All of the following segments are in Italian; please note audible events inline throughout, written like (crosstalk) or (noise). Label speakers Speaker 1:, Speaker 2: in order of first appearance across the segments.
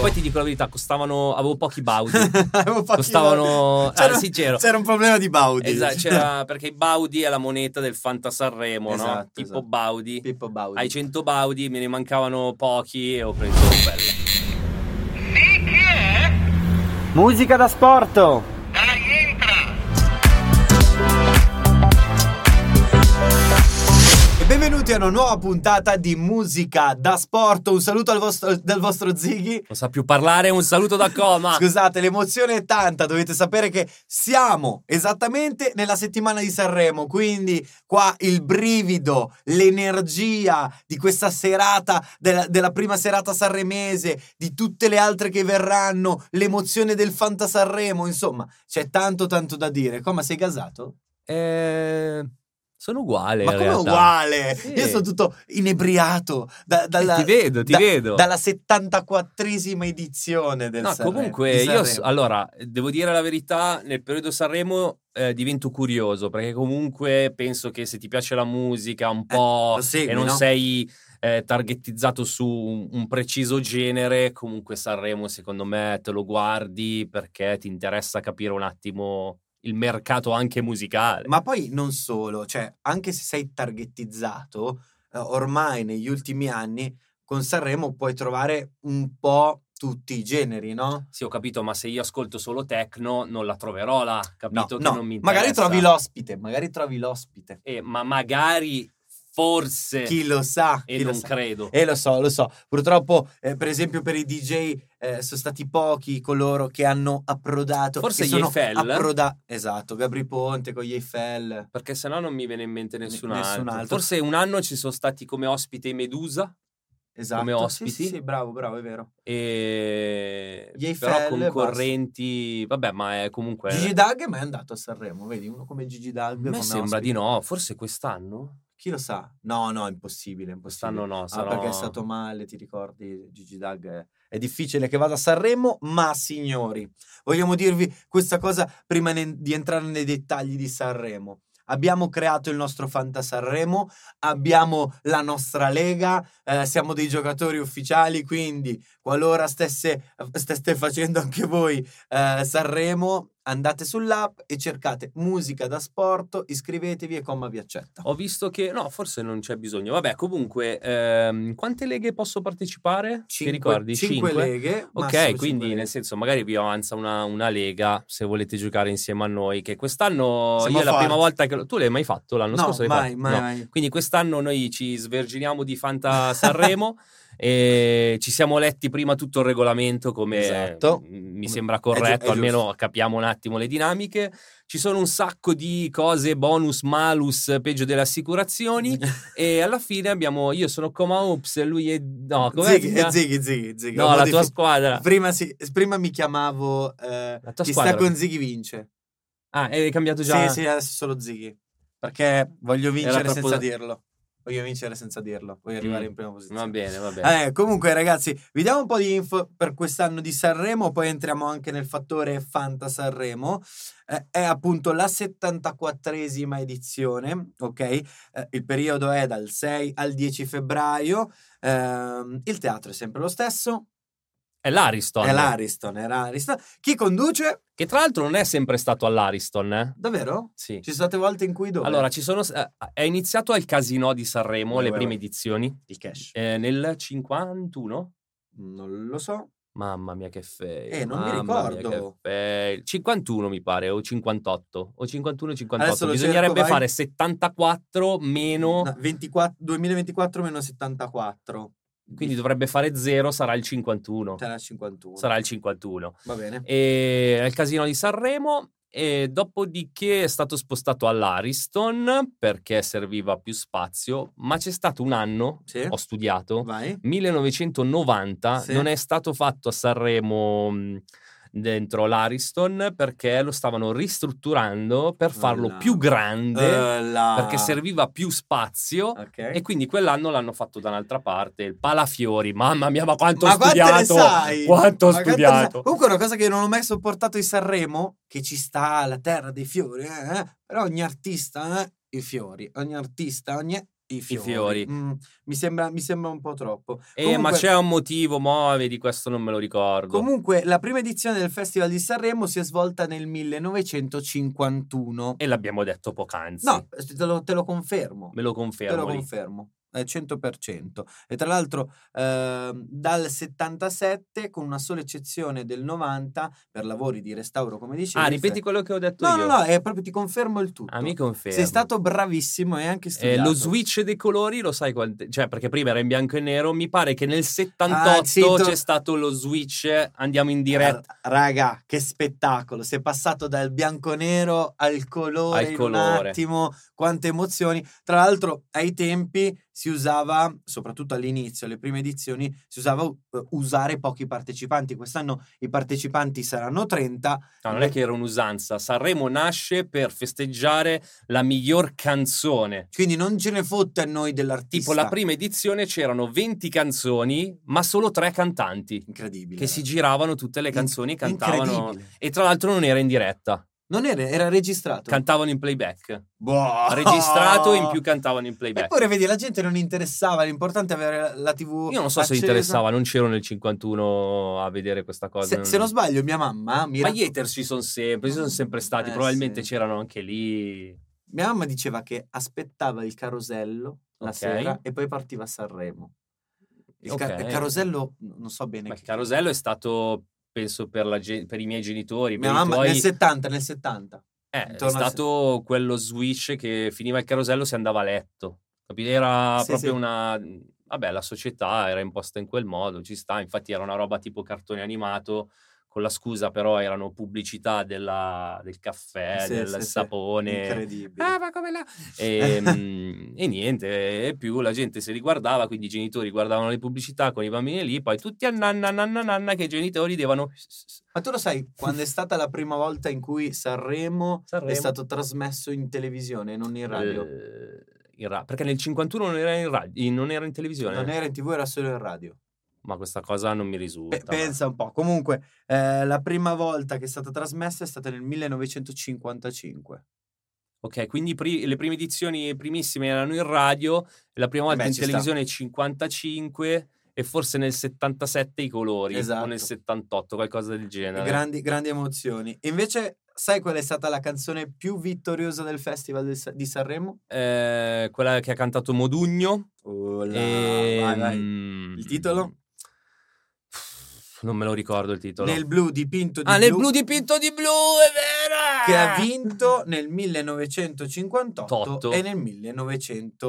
Speaker 1: poi
Speaker 2: Oh.
Speaker 1: ti dico la verità, costavano. Avevo pochi
Speaker 2: (laughs)
Speaker 1: baudi.
Speaker 2: Avevo fatto-
Speaker 1: costavano.
Speaker 2: C'era-
Speaker 1: ah, sincero.
Speaker 2: C'era un problema di Baudi.
Speaker 1: Esatto,
Speaker 2: (laughs)
Speaker 1: c'era- perché i baudi è la moneta del Fanta Sanremo, no?
Speaker 2: Esatto,
Speaker 1: Tipo
Speaker 2: esatto.
Speaker 1: baudi.
Speaker 2: Pippo Baudi.
Speaker 1: Ai 100 baudi me ne mancavano pochi e ho preso bella.
Speaker 3: Musica da sporto.
Speaker 2: E benvenuti a una nuova puntata di Musica da Sport. Un saluto al vostro- dal vostro Zighi.
Speaker 1: Non sa più parlare, un saluto da coma.
Speaker 2: Scusate, l'emozione è tanta, dovete sapere che siamo esattamente nella settimana di Sanremo, quindi qua il brivido, l'energia di questa serata, della, della prima serata sanremese, di tutte le altre che verranno, l'emozione del Fanta Sanremo, insomma, c'è tanto tanto da dire. Come sei gasato?
Speaker 1: Eh, sono uguale.
Speaker 2: Ma
Speaker 1: in
Speaker 2: come
Speaker 1: realtà.
Speaker 2: uguale?
Speaker 1: Sì.
Speaker 2: Io sono tutto inebriato da- dalla...
Speaker 1: Eh, Ti vedo, ti
Speaker 2: da-
Speaker 1: vedo.
Speaker 2: Dalla 74esima edizione del
Speaker 1: No,
Speaker 2: Sanremo-
Speaker 1: comunque
Speaker 2: di
Speaker 1: io
Speaker 2: Sanremo.
Speaker 1: allora devo dire la verità, nel periodo Sanremo eh, divento curioso perché comunque penso che se ti piace la musica un po'
Speaker 2: Eh, lo segui,
Speaker 1: e non
Speaker 2: no?
Speaker 1: sei eh, targettizzato su un, un preciso genere, comunque Sanremo secondo me te lo guardi perché ti interessa capire un attimo il mercato anche musicale.
Speaker 2: Ma poi non solo, cioè, anche se sei targettizzato, eh, ormai negli ultimi anni con Sanremo puoi trovare un po' tutti i generi, no?
Speaker 1: Sì, ho capito, ma se io ascolto solo techno non la troverò là,
Speaker 2: No,
Speaker 1: capito che
Speaker 2: no,
Speaker 1: non mi interessa.
Speaker 2: magari trovi l'ospite, magari trovi l'ospite.
Speaker 1: Eh, ma magari forse
Speaker 2: Chi lo sa?
Speaker 1: Eh. e
Speaker 2: chi lo
Speaker 1: non
Speaker 2: sa.
Speaker 1: credo.
Speaker 2: Eh, lo so, lo so. Purtroppo, eh, per esempio, per i DJ eh, sono stati pochi coloro che hanno approdato.
Speaker 1: Forse
Speaker 2: che
Speaker 1: gli
Speaker 2: sono
Speaker 1: Eiffel?
Speaker 2: approda- esatto, Gabri Ponte con gli Eiffel.
Speaker 1: Perché sennò non mi viene in mente nessun,
Speaker 2: Nessun
Speaker 1: altro.
Speaker 2: altro.
Speaker 1: Forse un anno ci sono stati come ospite i Medusa.
Speaker 2: Esatto.
Speaker 1: Come
Speaker 2: Sì,
Speaker 1: ospiti?
Speaker 2: Sì, sì, bravo, bravo, è vero.
Speaker 1: E...
Speaker 2: Gli Eiffel,
Speaker 1: Però concorrenti. Vabbè, ma è comunque.
Speaker 2: Gigi Dag è mai andato a Sanremo, vedi? Uno come Gigi Dag.
Speaker 1: a me sembra di no. Forse quest'anno?
Speaker 2: Chi lo sa? No, no, è impossibile. è impossibile.
Speaker 1: Quest'anno no.
Speaker 2: Ah,
Speaker 1: sarò-
Speaker 2: perché è stato male, ti ricordi? Gigi Dag è, è difficile che vada a Sanremo, ma signori, vogliamo dirvi questa cosa prima ne- di entrare nei dettagli di Sanremo. Abbiamo creato il nostro Fanta Sanremo, abbiamo la nostra Lega, eh, siamo dei giocatori ufficiali, quindi qualora stesse, steste facendo anche voi eh, Sanremo, andate sull'app e cercate musica da sport, iscrivetevi e Comma vi accetta.
Speaker 1: Ho visto che. No, forse non c'è bisogno. Vabbè, comunque, ehm, quante leghe posso partecipare?
Speaker 2: Cinque-
Speaker 1: Ti ricordi?
Speaker 2: cinque
Speaker 1: Cinque?
Speaker 2: leghe. massimo
Speaker 1: Ok,
Speaker 2: cinque
Speaker 1: quindi
Speaker 2: leghe.
Speaker 1: nel senso magari vi avanza una, una lega se volete giocare insieme a noi, che quest'anno
Speaker 2: Siamo
Speaker 1: io è la
Speaker 2: forti.
Speaker 1: prima volta che... lo- Tu l'hai mai fatto l'anno
Speaker 2: No,
Speaker 1: scorso? l'hai
Speaker 2: mai,
Speaker 1: fatto?
Speaker 2: mai,
Speaker 1: No. (laughs)
Speaker 2: mai.
Speaker 1: Quindi quest'anno noi ci sverginiamo di Fanta
Speaker 2: (laughs)
Speaker 1: Sanremo e ci siamo letti prima tutto il regolamento come
Speaker 2: Esatto.
Speaker 1: m- mi sembra corretto,
Speaker 2: è
Speaker 1: almeno
Speaker 2: giusto.
Speaker 1: capiamo un attimo le dinamiche. Ci sono un sacco di cose bonus, malus, peggio delle
Speaker 2: Mm.
Speaker 1: assicurazioni e alla fine abbiamo io sono Coma Ops e lui è no, com'è che si
Speaker 2: Zighi,
Speaker 1: chiama?
Speaker 2: zighi, zighi, zighi.
Speaker 1: No,
Speaker 2: Ho
Speaker 1: la
Speaker 2: modifi-
Speaker 1: tua squadra.
Speaker 2: Prima, sì- prima mi chiamavo eh,
Speaker 1: La tua
Speaker 2: Chi
Speaker 1: squadra.
Speaker 2: sta con Zighi vince.
Speaker 1: Ah, hai cambiato già.
Speaker 2: Sì, sì, adesso solo Zighi. Perché voglio vincere
Speaker 1: troppo-
Speaker 2: senza dirlo. Voglio vincere senza dirlo. Voglio arrivare
Speaker 1: Mm.
Speaker 2: in prima posizione.
Speaker 1: Va bene, va bene.
Speaker 2: Eh, comunque, ragazzi, vi diamo un po' di info per quest'anno di Sanremo. Poi entriamo anche nel fattore Fanta Sanremo. Eh, è appunto la 74esima edizione, ok? Eh, il periodo è dal 6 al 10 febbraio. Ehm, il teatro è sempre lo stesso.
Speaker 1: È l'Ariston.
Speaker 2: È l'Ariston, è l'Ariston. Chi conduce?
Speaker 1: Che tra l'altro non è sempre stato all'Ariston, eh?
Speaker 2: Davvero?
Speaker 1: Sì.
Speaker 2: Ci sono state volte in cui dove?
Speaker 1: Allora, ci sono, eh, è iniziato al Casino di Sanremo,
Speaker 2: Vai,
Speaker 1: le
Speaker 2: vai,
Speaker 1: prime
Speaker 2: vai.
Speaker 1: edizioni,
Speaker 2: il cash.
Speaker 1: eh, nel 51?
Speaker 2: Non lo so.
Speaker 1: Mamma mia che fail.
Speaker 2: Eh, non mi
Speaker 1: mamma mia
Speaker 2: ricordo.
Speaker 1: che fail. 51 mi pare, o 58, o 51 o 58.
Speaker 2: Adesso lo
Speaker 1: Bisognerebbe
Speaker 2: cerco, vai.
Speaker 1: fare 74 meno,
Speaker 2: No, 24 2024 meno 74.
Speaker 1: quindi dovrebbe fare 0, sarà il 51.
Speaker 2: Sarà 51.
Speaker 1: Sarà Eh, il 51.
Speaker 2: Va bene.
Speaker 1: e al casino di Sanremo e dopodiché è stato spostato all'Ariston perché serviva più spazio, ma c'è stato un anno,
Speaker 2: Sì.
Speaker 1: ho studiato,
Speaker 2: Vai.
Speaker 1: 1990,
Speaker 2: Sì.
Speaker 1: non è stato fatto a Sanremo mh, dentro l'Ariston perché lo stavano ristrutturando per farlo
Speaker 2: là.
Speaker 1: più grande
Speaker 2: Eh, la-
Speaker 1: perché serviva più spazio
Speaker 2: Ok.
Speaker 1: e quindi quell'anno l'hanno fatto da un'altra parte, il Palafiori. Mamma mia, ma quanto ho
Speaker 2: Ma quante ne
Speaker 1: studiato!
Speaker 2: sai?
Speaker 1: Quanto ho
Speaker 2: Ma quante ne
Speaker 1: studiato!
Speaker 2: sai? Comunque, una cosa che non ho mai sopportato di Sanremo, che ci sta la terra dei fiori, eh, eh, però ogni artista, eh, i fiori, ogni artista, ogni. i fiori.
Speaker 1: fiori.
Speaker 2: Mm, mi, sembra, mi sembra un po' troppo.
Speaker 1: Eh,
Speaker 2: Comunque-
Speaker 1: ma c'è un motivo, mo, vedi, questo non me lo ricordo.
Speaker 2: Comunque, la prima edizione del Festival di Sanremo si è svolta nel 1951.
Speaker 1: E l'abbiamo detto poc'anzi.
Speaker 2: No, te lo, te lo confermo.
Speaker 1: Me lo confermo. Ah,
Speaker 2: Te lo
Speaker 1: lì.
Speaker 2: confermo. È 100%. E tra l'altro ehm, dal 77, con una sola eccezione del 90, per lavori di restauro, come dicevi.
Speaker 1: Ah, ripeti quello che ho detto
Speaker 2: No,
Speaker 1: io.
Speaker 2: no, no, è proprio ti confermo il tutto.
Speaker 1: Ah, mi confermo.
Speaker 2: Sei stato bravissimo e anche
Speaker 1: Eh,
Speaker 2: studiato.
Speaker 1: lo switch dei colori lo sai quante- cioè perché prima era in bianco e nero mi pare che nel 78
Speaker 2: Ah, zitto.
Speaker 1: c'è stato lo switch andiamo in diretta
Speaker 2: Ah, Raga, che spettacolo! Sei passato dal bianco-nero al colore,
Speaker 1: Al
Speaker 2: in un
Speaker 1: colore.
Speaker 2: attimo, quante emozioni. Tra l'altro, ai tempi si usava, soprattutto all'inizio, alle prime edizioni, si usava eh, usare pochi partecipanti. Quest'anno i partecipanti saranno 30.
Speaker 1: No, non è che era un'usanza Sanremo nasce per festeggiare la miglior canzone
Speaker 2: Quindi non ce ne fotte a noi dell'artista.
Speaker 1: tipo la prima edizione c'erano 20 canzoni ma solo tre cantanti
Speaker 2: Incredibile.
Speaker 1: che si giravano tutte le
Speaker 2: In-
Speaker 1: canzoni cantavano
Speaker 2: Incredibile.
Speaker 1: e tra l'altro non era in diretta
Speaker 2: Non era, era registrato.
Speaker 1: cantavano in playback
Speaker 2: Boh.
Speaker 1: registrato in più cantavano in playback
Speaker 2: Eppure vedi, la gente non interessava, l'importante è avere la TV.
Speaker 1: Io non so se
Speaker 2: Boh, accesa.
Speaker 1: interessava, non c'ero nel 51 a vedere questa cosa.
Speaker 2: Se,
Speaker 1: non-
Speaker 2: se non sbaglio, mia mamma mi,
Speaker 1: Ma
Speaker 2: racco-
Speaker 1: gli haters ci sono sempre, ci sono sempre stati,
Speaker 2: Eh,
Speaker 1: probabilmente
Speaker 2: sì.
Speaker 1: c'erano anche lì.
Speaker 2: mia mamma diceva che aspettava il carosello la
Speaker 1: Ok.
Speaker 2: sera e poi partiva a Sanremo. Il, ca-
Speaker 1: Ok.
Speaker 2: il carosello, n- non so bene.
Speaker 1: Ma il
Speaker 2: che-
Speaker 1: carosello è stato, penso, per, la gen- per i miei genitori, per
Speaker 2: Mia
Speaker 1: i
Speaker 2: mamma
Speaker 1: tuoi-
Speaker 2: nel 70, nel 70.
Speaker 1: eh, è
Speaker 2: intorno al-
Speaker 1: stato quello switch che finiva il carosello si andava a letto. Capito? Era
Speaker 2: Sì,
Speaker 1: proprio
Speaker 2: sì.
Speaker 1: una... Vabbè, la società era imposta in quel modo, ci sta. Infatti era una roba tipo cartone animato, con la scusa però erano pubblicità della- del caffè,
Speaker 2: Sì,
Speaker 1: del
Speaker 2: sì, sì.
Speaker 1: sapone.
Speaker 2: Incredibile. Eh,
Speaker 1: Ah, ma come là? E, mm,
Speaker 2: (laughs)
Speaker 1: e niente, e più la gente si riguardava, quindi i genitori guardavano le pubblicità con i bambini lì, poi tutti a nanna, nanna, nanna, che i genitori devono...
Speaker 2: Ma tu lo sai quando è stata la prima volta in cui Sanremo, è
Speaker 1: Sanremo.
Speaker 2: stato trasmesso in televisione e non in radio?
Speaker 1: Eh, in ra- perché nel 51 non era in, ra- in- non era in televisione.
Speaker 2: Non era in TV, era solo in radio.
Speaker 1: Ma questa cosa non mi
Speaker 2: Pe-
Speaker 1: risulta. ma-
Speaker 2: pensa un po'. Comunque, eh, la prima volta che è stata trasmessa è stata nel 1955.
Speaker 1: Ok, quindi pri- le prime edizioni primissime erano in radio, la prima volta
Speaker 2: Beh,
Speaker 1: in
Speaker 2: ci sta.
Speaker 1: televisione nel 55 e forse nel 77 i colori, o
Speaker 2: Esatto.
Speaker 1: nel 78, qualcosa del genere.
Speaker 2: Grandi, grandi emozioni. E Invece, sai qual è stata la canzone più vittoriosa del Festival del Sa- di Sanremo?
Speaker 1: Eh, quella che ha cantato Modugno.
Speaker 2: Oh là,
Speaker 1: e,
Speaker 2: vai, vai.
Speaker 1: mm,
Speaker 2: Il titolo?
Speaker 1: Non me lo ricordo il titolo.
Speaker 2: Nel blu dipinto di
Speaker 1: ah,
Speaker 2: blu,
Speaker 1: nel blu dipinto di Ah! blu, è vero!
Speaker 2: che ha vinto nel 1958
Speaker 1: Totto.
Speaker 2: e nel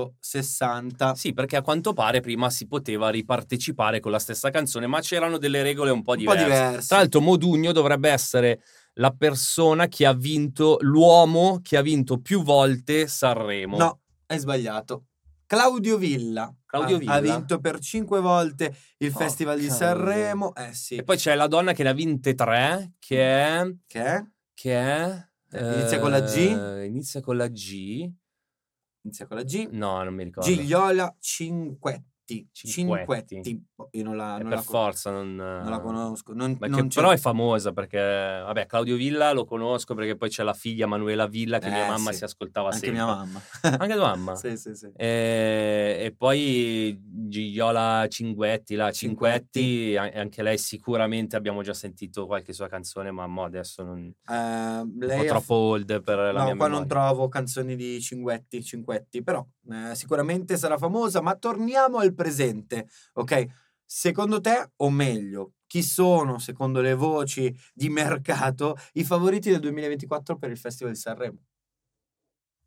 Speaker 2: 1960.
Speaker 1: Sì, perché a quanto pare prima si poteva ripartecipare con la stessa canzone, ma c'erano delle regole un po'
Speaker 2: Un po'
Speaker 1: diverse.
Speaker 2: diverse.
Speaker 1: Tra l'altro, Modugno dovrebbe essere la persona che ha vinto, l'uomo che ha vinto più volte Sanremo.
Speaker 2: No, hai sbagliato. Claudio Villa.
Speaker 1: Claudio
Speaker 2: ha- Ha,
Speaker 1: Villa?
Speaker 2: vinto per cinque volte il
Speaker 1: Porca
Speaker 2: Festival di
Speaker 1: miseria.
Speaker 2: Sanremo. Eh sì.
Speaker 1: E poi c'è la donna che ne ha vinte tre, che è.
Speaker 2: Che è?
Speaker 1: che è...
Speaker 2: Inizia con la G?
Speaker 1: eh, Inizia con la G.
Speaker 2: Inizia con la G.
Speaker 1: No, non mi ricordo.
Speaker 2: Gigliola Cinquetti.
Speaker 1: Cinquetti.
Speaker 2: Cinquetti. Boh, Io non la,
Speaker 1: Eh,
Speaker 2: non
Speaker 1: per
Speaker 2: la con-
Speaker 1: forza, non... eh,
Speaker 2: non la conosco. Non,
Speaker 1: Ma
Speaker 2: non
Speaker 1: che
Speaker 2: c'è-
Speaker 1: però è famosa perché, vabbè, Claudio Villa lo conosco perché poi c'è la figlia Manuela Villa che
Speaker 2: Eh,
Speaker 1: mia mamma
Speaker 2: sì.
Speaker 1: si ascoltava
Speaker 2: Anche
Speaker 1: sempre.
Speaker 2: mia mamma.
Speaker 1: (laughs) Anche tua mamma?
Speaker 2: sì, sì, sì.
Speaker 1: E, e poi Gigliola Cinguetti, la Cinquetti, an- anche lei sicuramente abbiamo già sentito qualche sua canzone, ma mo adesso non...
Speaker 2: Ehm,
Speaker 1: Eh, un po'
Speaker 2: lei ha-
Speaker 1: troppo old per la
Speaker 2: No,
Speaker 1: mia
Speaker 2: qua
Speaker 1: memoria.
Speaker 2: non trovo canzoni di Cinguetti, Cinquetti, però eh, sicuramente sarà famosa, ma torniamo al presente, ok? Secondo te, o meglio, chi sono, secondo le voci di mercato, i favoriti del 2024 per il Festival di Sanremo?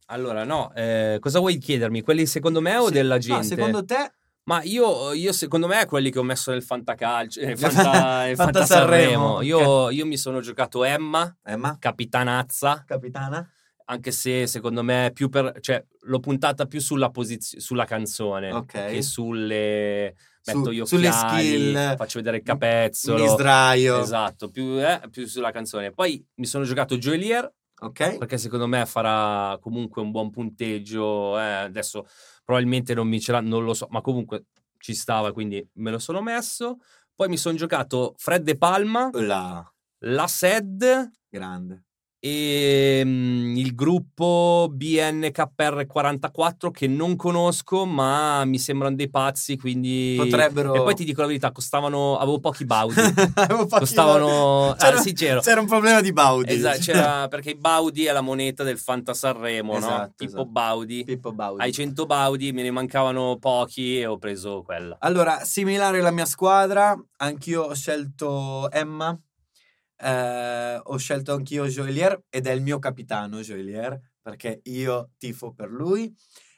Speaker 1: Allora, no, eh, cosa vuoi chiedermi? Quelli secondo me Eh, o
Speaker 2: Se-
Speaker 1: della
Speaker 2: no,
Speaker 1: gente?
Speaker 2: secondo te,
Speaker 1: Ma io, io secondo me quelli che ho messo nel fantacalcio,
Speaker 2: (laughs)
Speaker 1: eh, fanta, eh,
Speaker 2: Fanta
Speaker 1: fanta Sanremo,
Speaker 2: Sanremo,
Speaker 1: Io, io mi sono giocato Emma,
Speaker 2: Emma,
Speaker 1: capitanazza,
Speaker 2: eh, capitana?
Speaker 1: anche se secondo me più per, cioè, l'ho puntata più sulla, posiz- sulla canzone
Speaker 2: Ok.
Speaker 1: che sulle...
Speaker 2: Su-
Speaker 1: Metto gli
Speaker 2: sulle
Speaker 1: occhiali,
Speaker 2: skill,
Speaker 1: faccio vedere il
Speaker 2: mi- mi
Speaker 1: capezzolo.
Speaker 2: Mi sdraio,
Speaker 1: Esatto, più, eh, più sulla canzone. Poi mi sono giocato Joelier,
Speaker 2: ok?
Speaker 1: perché secondo me farà comunque un buon punteggio. eh, adesso probabilmente non mi ce l'ha, non lo so, ma comunque ci stava, quindi me lo sono messo. Poi mi sono giocato Fred De Palma,
Speaker 2: La
Speaker 1: La Sed
Speaker 2: grande. (laughs)
Speaker 1: e mm, il gruppo BNKR44 che non conosco ma mi sembrano dei pazzi quindi
Speaker 2: Potrebbero...
Speaker 1: e poi ti dico la verità costavano avevo pochi baudi
Speaker 2: Avevo fatto-
Speaker 1: costavano
Speaker 2: (laughs) C'era-
Speaker 1: ah, sincero
Speaker 2: C'era un problema di Baudi. (laughs) Cioè,
Speaker 1: Esatto, c'era- perché i baudi è la moneta del Fanta Sanremo no?
Speaker 2: Esatto,
Speaker 1: tipo
Speaker 2: esatto.
Speaker 1: baudi
Speaker 2: Pippo Baudi.
Speaker 1: ai 100 baudi me ne mancavano pochi e ho preso quella
Speaker 2: Allora, similare alla mia squadra, anch'io ho scelto Emma, eh, ho scelto anch'io Joelier ed è il mio capitano Joelier perché io tifo per lui.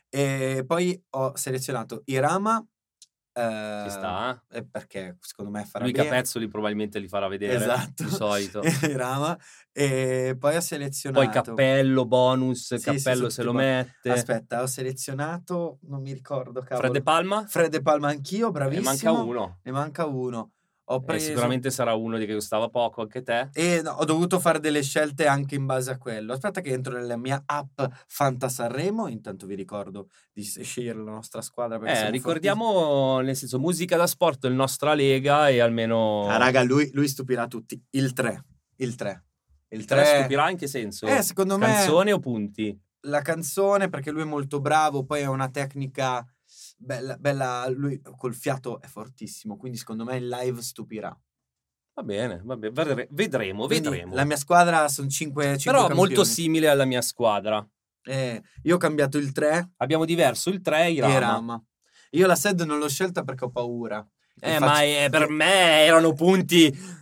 Speaker 2: E poi ho selezionato Irama. eh,
Speaker 1: ci sta
Speaker 2: eh, Perché secondo me farà
Speaker 1: lui
Speaker 2: bene.
Speaker 1: Capezzoli probabilmente li farà vedere
Speaker 2: Esatto.
Speaker 1: di solito
Speaker 2: (laughs) Irama. E poi ho selezionato...
Speaker 1: poi cappello bonus
Speaker 2: esatto. sì,
Speaker 1: cappello
Speaker 2: sì,
Speaker 1: se lo
Speaker 2: tipo-
Speaker 1: mette
Speaker 2: Aspetta, ho selezionato... Non mi ricordo, cavolo.
Speaker 1: Fred De Palma
Speaker 2: Fred De Palma anch'io,
Speaker 1: ne
Speaker 2: bravissimo. Esatto.
Speaker 1: manca uno
Speaker 2: Ne manca uno. Ho
Speaker 1: Eh,
Speaker 2: preso...
Speaker 1: sicuramente sarà uno di che costava poco anche te
Speaker 2: E no, ho dovuto fare delle scelte anche in base a quello. Aspetta che entro nella mia app Fanta Sanremo. Intanto vi ricordo di s- scegliere la nostra squadra. perché
Speaker 1: eh,
Speaker 2: siamo
Speaker 1: ricordiamo nel senso musica da sport il nostra lega e almeno
Speaker 2: fortissimi. Ah, raga, lui, lui stupirà tutti. Il 3. Il 3.
Speaker 1: il 3 stupirà in che senso?
Speaker 2: Eh, secondo me
Speaker 1: canzone o punti?
Speaker 2: la canzone perché lui è molto bravo, poi è una tecnica bella, bella lui col fiato è fortissimo, quindi secondo me il live stupirà.
Speaker 1: va bene va bene vedre- vedremo
Speaker 2: Quindi
Speaker 1: vedremo
Speaker 2: La mia squadra sono 5
Speaker 1: però molto simile alla mia squadra
Speaker 2: Eh, io ho cambiato il 3
Speaker 1: abbiamo diverso il Ah, 3 e i
Speaker 2: Irama.
Speaker 1: Rama.
Speaker 2: Io la SED non l'ho scelta perché ho paura.
Speaker 1: eh
Speaker 2: Infatti-
Speaker 1: ma eh, per me erano
Speaker 2: (laughs)
Speaker 1: punti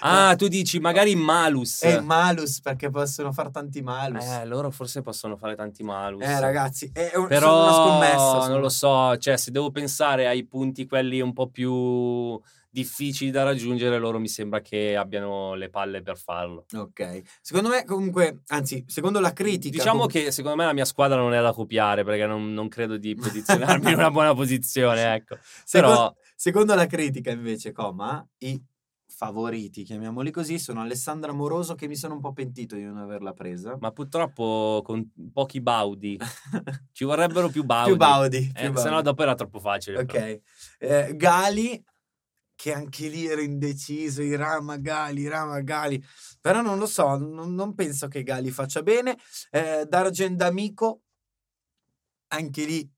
Speaker 1: ah tu dici magari malus
Speaker 2: È malus perché possono far tanti malus.
Speaker 1: Eh,
Speaker 2: Eh,
Speaker 1: loro forse possono fare tanti malus.
Speaker 2: ragazzi, è un- sono
Speaker 1: Però
Speaker 2: una scommessa. sono-
Speaker 1: non lo so, cioè se devo pensare ai punti quelli un po' più difficili da raggiungere, loro mi sembra che abbiano le palle per farlo.
Speaker 2: Ok. Secondo me comunque, anzi, secondo la critica
Speaker 1: Diciamo
Speaker 2: comunque-
Speaker 1: che secondo me la mia squadra non è da copiare perché non, non credo di
Speaker 2: (laughs)
Speaker 1: posizionarmi in una buona posizione, ecco.
Speaker 2: Secondo,
Speaker 1: Però
Speaker 2: secondo la critica, invece, coma, i favoriti, chiamiamoli così, sono Alessandra Moroso, che mi sono un po' pentito di non averla presa. (laughs)
Speaker 1: ma purtroppo con pochi baudi, ci vorrebbero più baudi.
Speaker 2: Più Baudi.
Speaker 1: Eh,
Speaker 2: più
Speaker 1: se no
Speaker 2: Baudi.
Speaker 1: dopo era troppo facile. però.
Speaker 2: Ok. Eh, Gali, che anche lì era indeciso, i Rama Gali, Rama Gali. Però non lo so, non, non penso che Gali faccia bene. Eh, Dargen D'Amico, anche lì,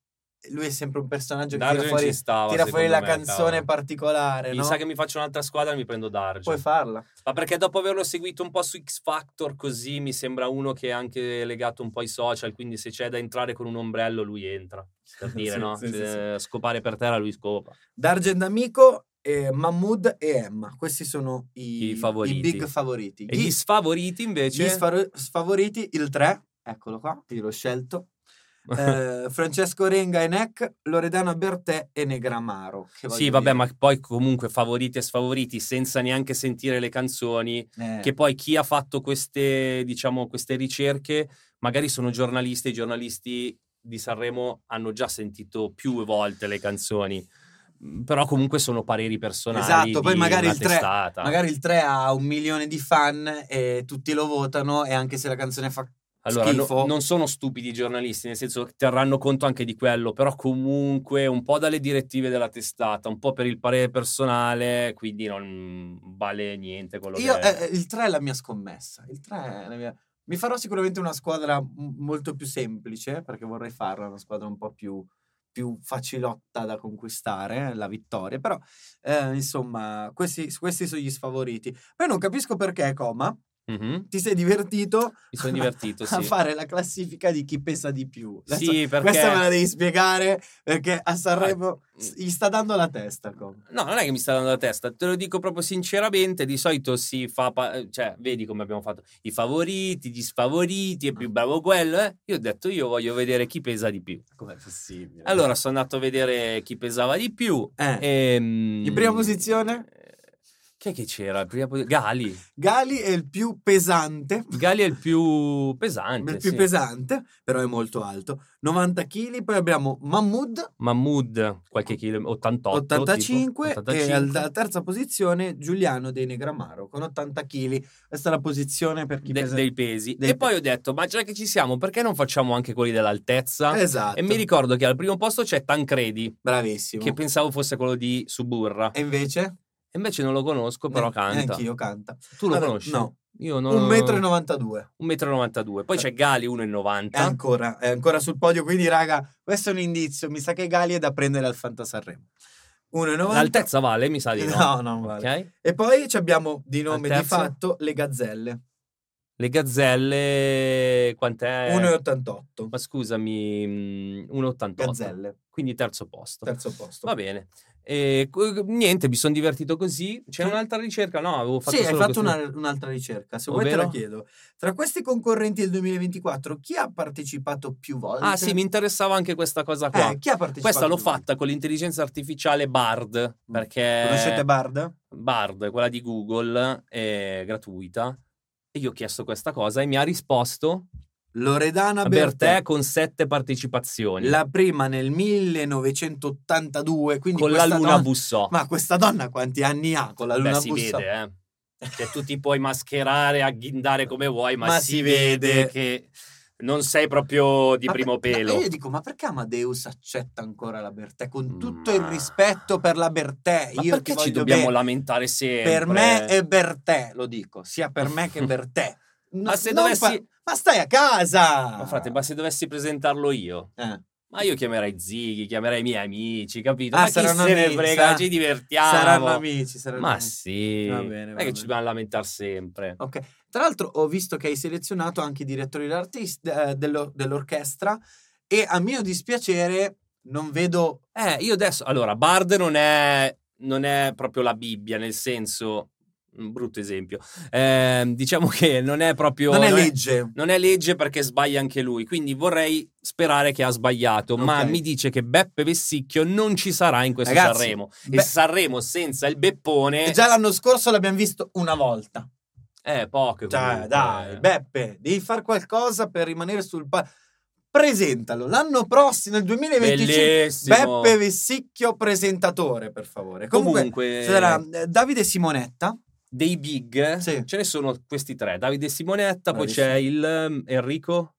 Speaker 2: lui è sempre un personaggio che
Speaker 1: Dargen
Speaker 2: tira
Speaker 1: ci
Speaker 2: fuori,
Speaker 1: stava,
Speaker 2: tira fuori la
Speaker 1: secondo me,
Speaker 2: canzone
Speaker 1: cavolo.
Speaker 2: particolare,
Speaker 1: Mi
Speaker 2: no?
Speaker 1: sa che mi faccio un'altra squadra e mi prendo Darge.
Speaker 2: Puoi farla.
Speaker 1: Ma perché dopo averlo seguito un po' su X Factor così mi sembra uno che è anche legato un po' ai social, quindi se c'è da entrare con un ombrello lui entra,
Speaker 2: (laughs)
Speaker 1: per dire,
Speaker 2: Sì,
Speaker 1: no?
Speaker 2: sì, sì,
Speaker 1: Se Scopare per terra lui scopa.
Speaker 2: Dargen D'Amico, eh, Mahmood e Emma. Questi sono i,
Speaker 1: I favoriti.
Speaker 2: i big favoriti.
Speaker 1: E gli sfavoriti invece...
Speaker 2: gli sfaro- sfavoriti, il 3, eccolo qua, io l'ho scelto.
Speaker 1: (laughs)
Speaker 2: Eh, Francesco Renga e Neck, Loredana Bertè e Negramaro.
Speaker 1: sì,
Speaker 2: che voglio
Speaker 1: vabbè,
Speaker 2: dire,
Speaker 1: ma poi comunque favoriti e sfavoriti senza neanche sentire le canzoni,
Speaker 2: eh,
Speaker 1: che poi chi ha fatto queste, diciamo, queste ricerche magari sono giornalisti e i giornalisti di Sanremo hanno già sentito più volte le canzoni. Mm, Però comunque sono pareri personali.
Speaker 2: Esatto, poi
Speaker 1: di
Speaker 2: magari
Speaker 1: una
Speaker 2: il tre-
Speaker 1: testata.
Speaker 2: magari il 3 ha un milione di fan e tutti lo votano e anche se la canzone fa...
Speaker 1: Allora, no-
Speaker 2: Schifo.
Speaker 1: non sono stupidi i giornalisti, nel senso che terranno conto anche di quello, però comunque un po' dalle direttive della testata, un po' per il parere personale, quindi non vale niente quello
Speaker 2: Io,
Speaker 1: che...
Speaker 2: eh, il 3 è la mia scommessa, il 3 è la mia... Mi farò sicuramente una squadra m- molto più semplice, perché vorrei farla una squadra un po' più, più facilotta da conquistare, la vittoria, però eh, insomma, questi, questi sono gli sfavoriti. Poi non capisco perché, Coma,
Speaker 1: Mhm,
Speaker 2: ti sei divertito
Speaker 1: Mi sono divertito,
Speaker 2: (laughs)
Speaker 1: sì.
Speaker 2: a fare la classifica di chi pesa di più. Adesso-
Speaker 1: Sì, perché... Mm.
Speaker 2: Questa me la devi spiegare, perché a Sanremo s- gli sta dando la testa, Coma.
Speaker 1: No, non è che mi sta dando la testa, te lo dico proprio sinceramente, di solito si fa, pa- cioè, vedi come abbiamo fatto, i favoriti, gli sfavoriti, è più bravo quello, eh? Io ho detto, io voglio vedere chi pesa di più.
Speaker 2: Com'è possibile?
Speaker 1: Allora, sono andato a vedere chi pesava di più.
Speaker 2: Eh.
Speaker 1: Ehm, eh,
Speaker 2: In prima posizione?
Speaker 1: Chi è che c'era? in Prima posi- Gali.
Speaker 2: Gali è il più pesante.
Speaker 1: Gali è il più pesante.
Speaker 2: il più
Speaker 1: Eh sì.
Speaker 2: pesante, però è molto alto. 90 kg, poi abbiamo Mahmood,
Speaker 1: Mahmood, qualche chilo, 88.
Speaker 2: 85,
Speaker 1: tipo,
Speaker 2: e
Speaker 1: 85.
Speaker 2: alla terza posizione Giuliano dei Negramaro con 80 kg. Questa è la posizione per chi
Speaker 1: De-
Speaker 2: pesa...
Speaker 1: dei pesi.
Speaker 2: dei
Speaker 1: e poi ho detto, ma già che ci siamo, perché non facciamo anche quelli dell'altezza?
Speaker 2: Esatto,
Speaker 1: E mi ricordo che al primo posto c'è Tancredi,
Speaker 2: bravissimo.
Speaker 1: che pensavo fosse quello di Suburra.
Speaker 2: E invece?
Speaker 1: E invece non lo conosco, però
Speaker 2: Ne-
Speaker 1: canta.
Speaker 2: Neanch'io canta.
Speaker 1: Tu lo
Speaker 2: Vabbè,
Speaker 1: conosci?
Speaker 2: No, Eh.
Speaker 1: Io non...
Speaker 2: 1,92 m.
Speaker 1: 1,92 m. Poi c'è Gali 1,90
Speaker 2: È ancora, è ancora sul podio, quindi raga, questo è un indizio. Mi sa che Gali è da prendere al Fanta Sanremo. 1,90.
Speaker 1: L'altezza vale, mi sa
Speaker 2: (laughs)
Speaker 1: di no.
Speaker 2: No, non vale.
Speaker 1: Ok?
Speaker 2: E poi ci abbiamo di nome di
Speaker 1: Altezza?
Speaker 2: fatto le gazzelle.
Speaker 1: Le gazzelle, quant'è?
Speaker 2: 1,88.
Speaker 1: Ma scusami, mm, mh, 1,88.
Speaker 2: Gazzelle,
Speaker 1: Quindi terzo posto.
Speaker 2: terzo posto.
Speaker 1: Va bene. E, qu- niente, mi sono divertito così. C'è
Speaker 2: Sì.
Speaker 1: un'altra ricerca? No, avevo fatto
Speaker 2: sì, hai
Speaker 1: solo
Speaker 2: fatto
Speaker 1: questo.
Speaker 2: una- un'altra ricerca. Se vuoi te la
Speaker 1: Ovvero?
Speaker 2: chiedo. Tra questi concorrenti del 2024, chi ha partecipato più volte?
Speaker 1: Ah sì, mi interessava anche questa cosa qua.
Speaker 2: Eh, chi ha partecipato?
Speaker 1: Questa l'ho
Speaker 2: più volte?
Speaker 1: fatta con l'intelligenza artificiale Bard, perché
Speaker 2: Conoscete Bard?
Speaker 1: Bard, quella di Google, è gratuita. E io ho chiesto questa cosa e mi ha risposto
Speaker 2: Loredana
Speaker 1: Bertè
Speaker 2: Bertè,
Speaker 1: con sette partecipazioni.
Speaker 2: Ah, la prima nel 1982, quindi
Speaker 1: con la
Speaker 2: questa
Speaker 1: luna
Speaker 2: donna-
Speaker 1: bussò.
Speaker 2: Ma questa donna quanti anni ha con la
Speaker 1: Beh,
Speaker 2: luna
Speaker 1: si
Speaker 2: bussa? (laughs)
Speaker 1: vede, eh. Cioè, tu ti puoi mascherare, agghindare come vuoi, ma,
Speaker 2: Ma
Speaker 1: si,
Speaker 2: si
Speaker 1: vede.
Speaker 2: vede.
Speaker 1: che non sei proprio di
Speaker 2: Ma per-
Speaker 1: primo
Speaker 2: ma
Speaker 1: pelo.
Speaker 2: io dico, ma perché Amadeus accetta ancora la Bertè? Con tutto il
Speaker 1: Ma-
Speaker 2: rispetto per la Bertè,
Speaker 1: Ma
Speaker 2: io
Speaker 1: perché
Speaker 2: ti
Speaker 1: ci
Speaker 2: voglio
Speaker 1: dobbiamo
Speaker 2: bene.
Speaker 1: lamentare sempre?
Speaker 2: Per me è Bertè, lo dico, sia per me
Speaker 1: (laughs)
Speaker 2: che per te.
Speaker 1: Ma
Speaker 2: No,
Speaker 1: se
Speaker 2: non
Speaker 1: dovessi-
Speaker 2: Ma stai a casa!
Speaker 1: Ma Oh, frate, ma se dovessi presentarlo io,
Speaker 2: Eh.
Speaker 1: ma io chiamerei Zighi, chiamerei i miei amici, capito?
Speaker 2: Ah,
Speaker 1: ma chi se
Speaker 2: saranno
Speaker 1: ne
Speaker 2: amici,
Speaker 1: frega,
Speaker 2: sa-
Speaker 1: ci divertiamo.
Speaker 2: Saranno amici, saranno
Speaker 1: Ma
Speaker 2: amici.
Speaker 1: sì,
Speaker 2: Va bene,
Speaker 1: non
Speaker 2: va
Speaker 1: è che
Speaker 2: bene.
Speaker 1: ci dobbiamo lamentare sempre.
Speaker 2: Ok, tra l'altro ho visto che hai selezionato anche i direttori d'artist- eh, dello- dell'orchestra e a mio dispiacere non vedo...
Speaker 1: Eh, io adesso, allora, Bard non è, non è proprio la Bibbia, nel senso, un brutto esempio, Ehm, diciamo che non è proprio...
Speaker 2: non è
Speaker 1: non è-
Speaker 2: legge.
Speaker 1: non è legge perché sbaglia anche lui, quindi vorrei sperare che ha sbagliato, ma
Speaker 2: Ok.
Speaker 1: mi dice che Beppe Vessicchio non ci sarà in questo
Speaker 2: Ragazzi,
Speaker 1: Sanremo.
Speaker 2: beh-
Speaker 1: e Sanremo senza il beppone
Speaker 2: Già l'anno scorso l'abbiamo visto una volta.
Speaker 1: è poco. Eh.
Speaker 2: Cioè,
Speaker 1: comunque.
Speaker 2: dai, Beppe, devi fare qualcosa per rimanere sul palco. Presentalo l'anno prossimo, nel 2025.
Speaker 1: Bellissimo.
Speaker 2: Beppe Vessicchio, presentatore, per favore. Comunque,
Speaker 1: Comunque,
Speaker 2: sarà eh, Davide Simonetta.
Speaker 1: dei big
Speaker 2: Sì.
Speaker 1: ce ne sono questi tre, Davide Simonetta,
Speaker 2: Bravissimo.
Speaker 1: poi c'è il ehm, Enrico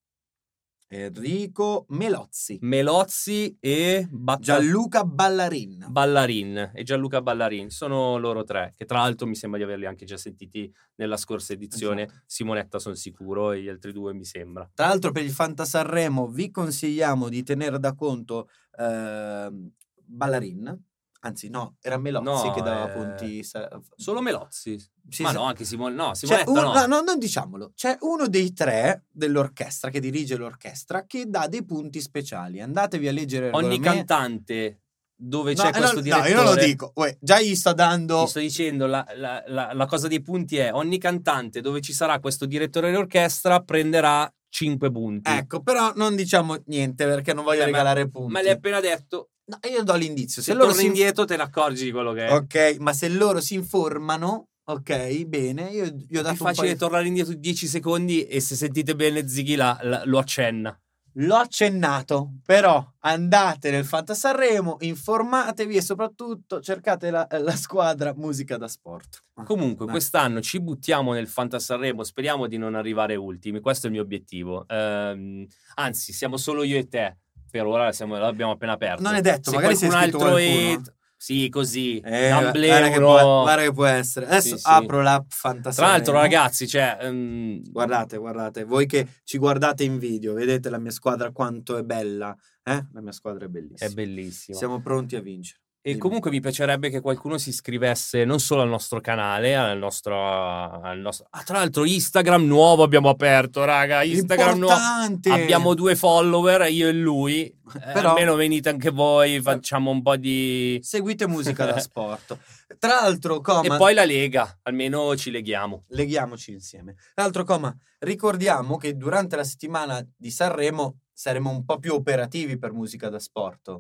Speaker 2: Enrico Melozzi.
Speaker 1: Melozzi e Batta-
Speaker 2: Gianluca Ballarin.
Speaker 1: Ballarin e Gianluca Ballarin, sono loro tre, che tra l'altro mi sembra di averli anche già sentiti nella scorsa edizione.
Speaker 2: Esatto.
Speaker 1: Simonetta sono sicuro e gli altri due mi sembra.
Speaker 2: Tra l'altro per il Fanta Sanremo vi consigliamo di tenere da conto ehm, Ballarin. Anzi, no, era Melozzi
Speaker 1: No,
Speaker 2: che dava
Speaker 1: eh,
Speaker 2: punti. sa-
Speaker 1: Solo Melozzi.
Speaker 2: Sì,
Speaker 1: Ma
Speaker 2: sì.
Speaker 1: no, anche Simon- no,
Speaker 2: C'è
Speaker 1: Simonetta
Speaker 2: un-
Speaker 1: no.
Speaker 2: no, no, non diciamolo. C'è uno dei tre dell'orchestra che dirige l'orchestra che dà dei punti speciali. Andatevi a leggere il
Speaker 1: Ogni
Speaker 2: regolamento.
Speaker 1: cantante dove
Speaker 2: No,
Speaker 1: c'è
Speaker 2: eh, no,
Speaker 1: questo
Speaker 2: no,
Speaker 1: direttore...
Speaker 2: io non lo dico. Uè, già gli sto dando.
Speaker 1: Ti sto dicendo, la, la- la- la cosa dei punti è ogni cantante dove ci sarà questo direttore d'orchestra prenderà 5 punti.
Speaker 2: Ecco, però non diciamo niente perché non voglio
Speaker 1: Eh, ma-
Speaker 2: regalare punti.
Speaker 1: Ma l'hai appena detto,
Speaker 2: No, io do l'indizio.
Speaker 1: se,
Speaker 2: Se, loro
Speaker 1: torni
Speaker 2: si
Speaker 1: indietro te ne accorgi di quello che è.
Speaker 2: Ok, ma se loro si informano, ok, bene, io gli ho
Speaker 1: È
Speaker 2: dato un po'
Speaker 1: facile
Speaker 2: di...
Speaker 1: tornare indietro di 10 secondi e se sentite bene Zighi la- la- lo accenna.
Speaker 2: L'ho accennato, però andate nel Fanta Sanremo, informatevi e soprattutto cercate la, eh, la squadra musica da sport.
Speaker 1: Comunque,
Speaker 2: Ah, Dai.
Speaker 1: quest'anno ci buttiamo nel Fantasarremo, speriamo di non arrivare ultimi, questo è il mio obiettivo. Ehm, anzi, siamo solo io e te, per ora siamo- l'abbiamo appena aperto.
Speaker 2: Non è detto,
Speaker 1: Se
Speaker 2: magari si è
Speaker 1: qualcun
Speaker 2: scritto
Speaker 1: altro
Speaker 2: qualcuno.
Speaker 1: è- Sì, così,
Speaker 2: Eh,
Speaker 1: gamble,
Speaker 2: guarda, che
Speaker 1: uno-
Speaker 2: può, guarda che può eh. essere. Adesso
Speaker 1: Sì, sì.
Speaker 2: apro l'app Fanta
Speaker 1: Tra l'altro,
Speaker 2: Sanremo.
Speaker 1: ragazzi, cioè... ehm,
Speaker 2: Guardate, guardate, voi che ci guardate in video, vedete la mia squadra quanto è bella. Eh? La mia squadra è bellissima.
Speaker 1: È bellissimo.
Speaker 2: Siamo pronti a vincere.
Speaker 1: E
Speaker 2: Dimmi.
Speaker 1: comunque mi piacerebbe che qualcuno si iscrivesse non solo al nostro canale, al nostro... Al nostro... Ah, tra l'altro Instagram nuovo abbiamo aperto, raga, Instagram nuovo.
Speaker 2: Importante!
Speaker 1: Abbiamo due follower, io e
Speaker 2: (laughs)
Speaker 1: lui. Eh,
Speaker 2: Però-
Speaker 1: Almeno venite anche voi, facciamo un po' di... (laughs)
Speaker 2: Seguite musica da sport. Tra l'altro, Coma,
Speaker 1: E poi la Lega, almeno ci leghiamo.
Speaker 2: leghiamoci insieme. Tra l'altro, Coma, ricordiamo che durante la settimana di Sanremo saremo un po' più operativi per musica da sport.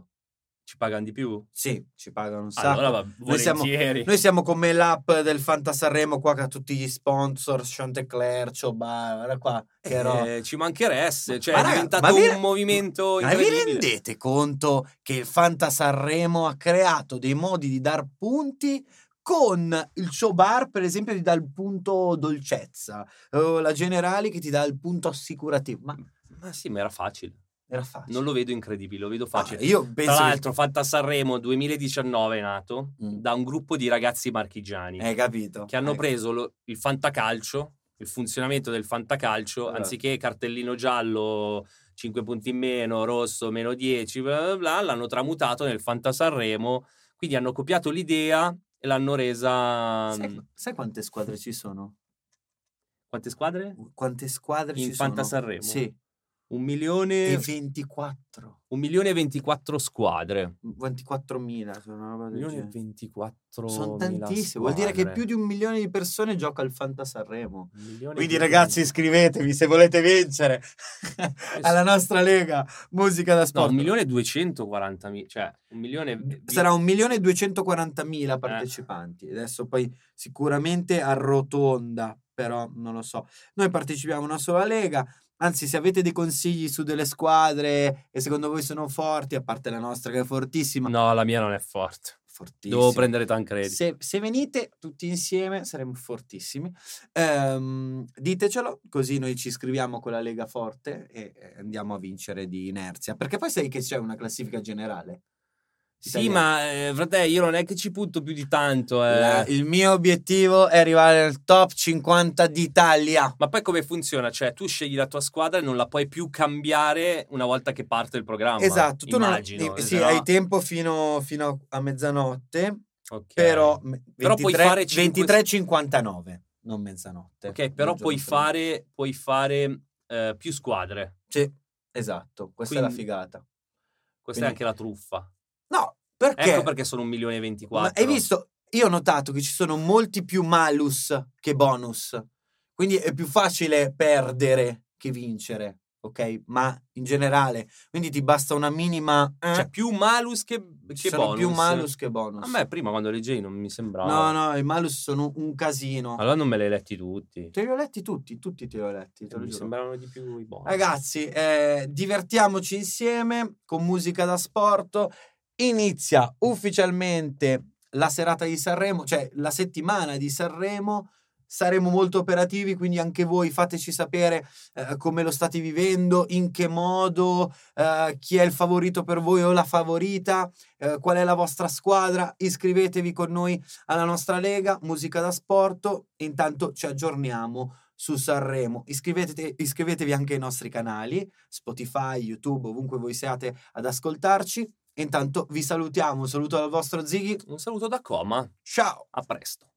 Speaker 1: Ci pagano di più?
Speaker 2: Sì, ci pagano un sacco.
Speaker 1: Allora, va,
Speaker 2: siamo-
Speaker 1: volentieri.
Speaker 2: Noi siamo come l'app del Fanta Sanremo qua che ha tutti gli sponsor, Chantecler, Ciobar, guarda qua, (laughs) che ero...
Speaker 1: Eh, ci mancheresse, cioè
Speaker 2: Ma
Speaker 1: è
Speaker 2: raga,
Speaker 1: diventato
Speaker 2: ma vi-
Speaker 1: un movimento
Speaker 2: Ma vi
Speaker 1: incredibile.
Speaker 2: rendete conto che il Fanta Sanremo ha creato dei modi di dar punti con il show bar, per esempio, ti dà il punto dolcezza, o la Generali che ti dà il punto assicurativo. Ma
Speaker 1: Ma sì, ma era facile.
Speaker 2: era facile.
Speaker 1: Non lo vedo incredibile, lo vedo facile.
Speaker 2: Ah, io penso
Speaker 1: Tra
Speaker 2: che-
Speaker 1: l'altro, Fatta Sanremo 2019 è nato
Speaker 2: Mm. Eh,
Speaker 1: da un gruppo di ragazzi marchigiani
Speaker 2: Hai capito?
Speaker 1: che hanno
Speaker 2: Ecco.
Speaker 1: preso lo- il fantacalcio il funzionamento del fantacalcio,
Speaker 2: Eh.
Speaker 1: anziché cartellino giallo, 5 punti in meno, rosso, meno 10, bla bla bla, l'hanno tramutato nel Fanta Sanremo, quindi hanno copiato l'idea e l'hanno resa... mm,
Speaker 2: Sai, sai quante squadre ci sono?
Speaker 1: Quante squadre?
Speaker 2: Quante squadre
Speaker 1: In Eh,
Speaker 2: ci sono?
Speaker 1: Fanta Sanremo?
Speaker 2: Sì,
Speaker 1: Un milione,
Speaker 2: e 24.
Speaker 1: un milione e 24 squadre.
Speaker 2: 24.000 sono una roba
Speaker 1: Un
Speaker 2: del
Speaker 1: milione e
Speaker 2: genere.
Speaker 1: 24
Speaker 2: Sono tantissime, vuol dire che più di un milione di persone gioca al Fanta Sanremo. Quindi ragazzi iscrivetevi se
Speaker 1: (laughs)
Speaker 2: volete vincere alla nostra lega Musica da
Speaker 1: No,
Speaker 2: Sport.
Speaker 1: un Eh, milione e 240.000, cioè un milione... e-
Speaker 2: Sarà un milione e 240.000
Speaker 1: Eh.
Speaker 2: partecipanti. Adesso poi sicuramente arrotonda, però non lo so. Noi partecipiamo a una sola lega. Anzi, se avete dei consigli su delle squadre che secondo voi sono forti, a parte la nostra che è fortissima,
Speaker 1: No, la mia non è forte.
Speaker 2: fortissima.
Speaker 1: Devo prendere Tancredi.
Speaker 2: Se, se venite tutti insieme saremo fortissimi. Ehm, ditecelo, così noi ci iscriviamo con la Lega Forte e eh, andiamo a vincere di inerzia. Perché poi sai che c'è una classifica generale.
Speaker 1: Sì, ma eh, frate, io non è che ci punto più di tanto. eh.
Speaker 2: La- il mio obiettivo è arrivare al top 50 d'Italia.
Speaker 1: Ma poi come funziona? Cioè, tu scegli la tua squadra e non la puoi più cambiare una volta che parte il programma.
Speaker 2: esatto, tu non-
Speaker 1: immagino.
Speaker 2: eh,
Speaker 1: se
Speaker 2: sì,
Speaker 1: no-
Speaker 2: hai tempo fino, fino a mezzanotte,
Speaker 1: Ok.
Speaker 2: però, m-
Speaker 1: Però puoi
Speaker 2: 23
Speaker 1: fare cinque-
Speaker 2: 23.59, non mezzanotte.
Speaker 1: Ok, però
Speaker 2: Non
Speaker 1: puoi
Speaker 2: giorno prima.
Speaker 1: fare, puoi fare eh, più squadre.
Speaker 2: Sì, esatto, questa è la
Speaker 1: Quindi-
Speaker 2: figata.
Speaker 1: Questa
Speaker 2: Quindi-
Speaker 1: è anche la truffa.
Speaker 2: No, perché?
Speaker 1: Ecco perché sono un milione e
Speaker 2: Ma
Speaker 1: 24.
Speaker 2: hai visto? Io ho notato che ci sono molti più malus che bonus. Quindi è più facile perdere che vincere, ok? Ma in generale, quindi ti basta una minima eh,
Speaker 1: Cioè, più malus che,
Speaker 2: ci
Speaker 1: che
Speaker 2: sono
Speaker 1: bonus.
Speaker 2: più malus che bonus.
Speaker 1: A me prima quando leggevi non mi sembrava.
Speaker 2: No, no, i malus sono un casino.
Speaker 1: Allora non me li hai letti tutti.
Speaker 2: Te li ho letti tutti, tutti te li ho letti, te lo
Speaker 1: Mi
Speaker 2: giuro.
Speaker 1: sembravano di più i bonus.
Speaker 2: Ragazzi, eh, divertiamoci insieme con musica da sport. Inizia ufficialmente la serata di Sanremo, cioè la settimana di Sanremo. Saremo molto operativi, quindi anche voi fateci sapere eh, come lo state vivendo, in che modo, eh, chi è il favorito per voi o la favorita, eh, qual è la vostra squadra. Iscrivetevi con noi alla nostra lega Musica da Sport. Intanto ci aggiorniamo su Sanremo. Iscrivete- iscrivetevi anche ai nostri canali, Spotify, YouTube, ovunque voi siate ad ascoltarci. E intanto vi salutiamo. Un saluto dal vostro Zighi.
Speaker 1: Un saluto da Coma.
Speaker 2: Ciao!
Speaker 1: A presto.